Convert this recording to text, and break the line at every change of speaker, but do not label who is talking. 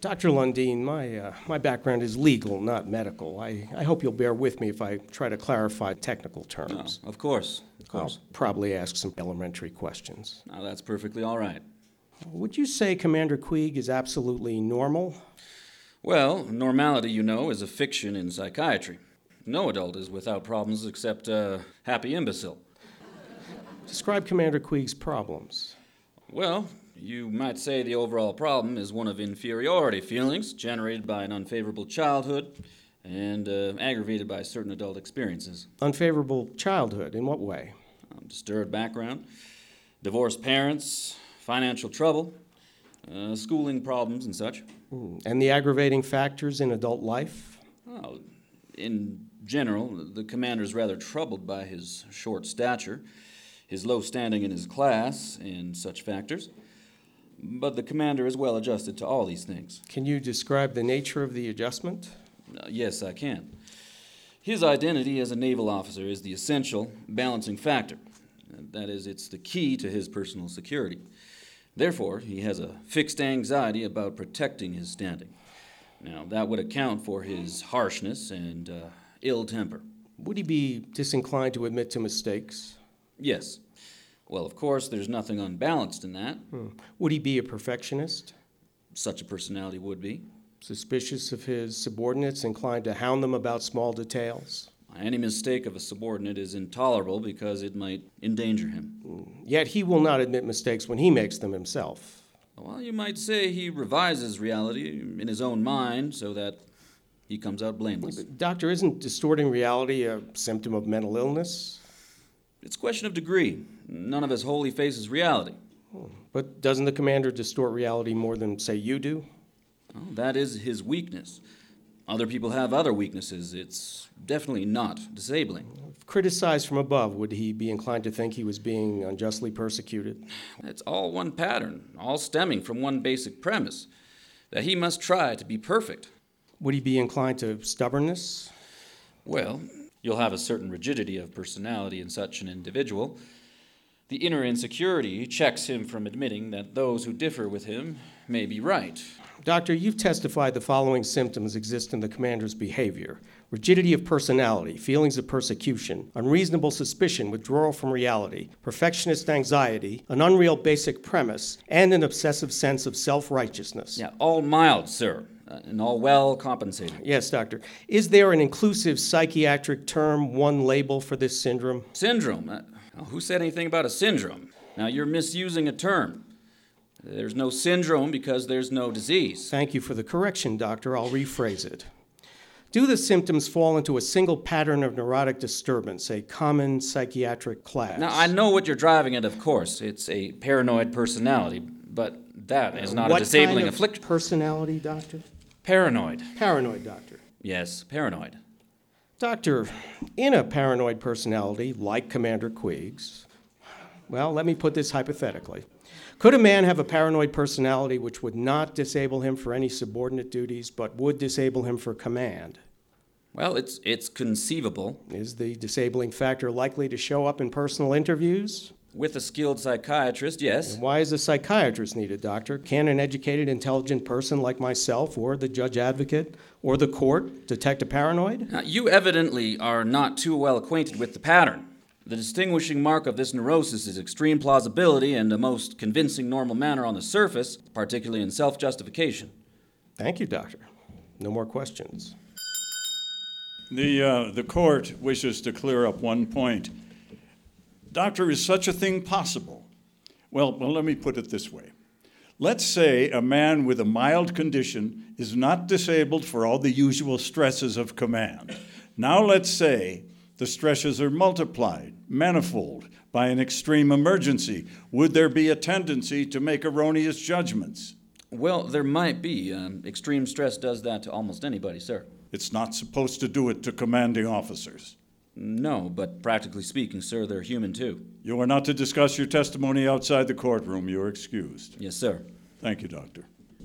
Dr. Lundeen, my, uh, my background is legal, not medical. I, I hope you'll bear with me if I try to clarify technical
No,
terms.
Oh, of course, Oh, of
I'll
course.
probably ask some elementary questions.
Now that's perfectly all right.
Would you say Commander Queeg is absolutely normal?
Well, normality, you know, is a fiction in psychiatry. No adult is without problems except uh, happy imbecile.
Describe Commander Queeg's problems.
Well, you might say the overall problem is one of inferiority feelings generated by an unfavorable childhood and uh, aggravated by certain adult experiences.
Unfavorable childhood, in what way?
Um, disturbed background, divorced parents, financial trouble, uh, schooling problems, and such.
Hmm, And the aggravating factors in adult life?
Well, in general, the commander's rather troubled by his short stature, his low standing in his class, and such factors. But the commander is well adjusted to all these things.
Can you describe the nature of the adjustment?
Uh, yes, I can. His identity as a naval officer is the essential balancing factor. Uh, That is, it's the key to his personal security. Therefore, he has a fixed anxiety about protecting his standing. Now, that would account for his harshness and uh, ill temper.
Would he be disinclined to admit to mistakes?
Yes. Well, of course, there's nothing unbalanced in that.
Hmm, Would he be a perfectionist?
Such a personality would be.
Suspicious of his subordinates, inclined to hound them about small details?
Any mistake of a subordinate is intolerable because it might endanger him.
Yet he will not admit mistakes when he makes them himself.
Well, you might say he revises reality in his own mind so that he comes out blameless.
But doctor, isn't distorting reality a symptom of mental illness?
It's a question of degree. None of us wholly faces reality.
But doesn't the commander distort reality more than, say, you do?
Well, that is his weakness. Other people have other weaknesses. It's definitely not disabling.
If criticized from above, would he be inclined to think he was being unjustly persecuted?
It's all one pattern, all stemming from one basic premise that he must try to be perfect.
Would he be inclined to stubbornness?
Well, you'll have a certain rigidity of personality in such an individual. The inner insecurity checks him from admitting that those who differ with him may be right.
Doctor, you've testified the following symptoms exist in the commander's behavior rigidity of personality, feelings of persecution, unreasonable suspicion, withdrawal from reality, perfectionist anxiety, an unreal basic premise, and an obsessive sense of self righteousness.
Yeah, all mild, sir, uh, and all well compensated.
Yes, doctor. Is there an inclusive psychiatric term, one label for this syndrome?
Syndrome. Uh, who said anything about a syndrome? Now, you're misusing a term. There's no syndrome because there's no disease.
Thank you for the correction, doctor. I'll rephrase it. Do the symptoms fall into a single pattern of neurotic disturbance, a common psychiatric class?
Now, I know what you're driving at, of course. It's a paranoid personality, but that is not
what
a disabling
kind of
affliction.
Personality, doctor?
Paranoid.
Paranoid, doctor.
Yes, paranoid.
Doctor, in a paranoid personality like Commander Queeg's, well, let me put this hypothetically. Could a man have a paranoid personality which would not disable him for any subordinate duties but would disable him for command?
Well, it's it's conceivable.
Is the disabling factor likely to show up in personal interviews?
With a skilled psychiatrist, yes.
Why is a psychiatrist needed, doctor? Can an educated, intelligent person like myself or the judge advocate or the court detect a paranoid?
Now, you evidently are not too well acquainted with the pattern. The distinguishing mark of this neurosis is extreme plausibility and a most convincing normal manner on the surface, particularly in self justification.
Thank you, doctor. No more questions.
The, uh, the court wishes to clear up one point. Doctor, is such a thing possible? Well, well, let me put it this way. Let's say a man with a mild condition is not disabled for all the usual stresses of command. Now let's say the stresses are multiplied, manifold, by an extreme emergency. Would there be a tendency to make erroneous judgments?
Well, there might be. Um, extreme stress does that to almost anybody, sir.
It's not supposed to do it to commanding officers.
No, but practically speaking, sir, they're human too.
You are not to discuss your testimony outside the courtroom. You are excused.
Yes, sir.
Thank you, Doctor.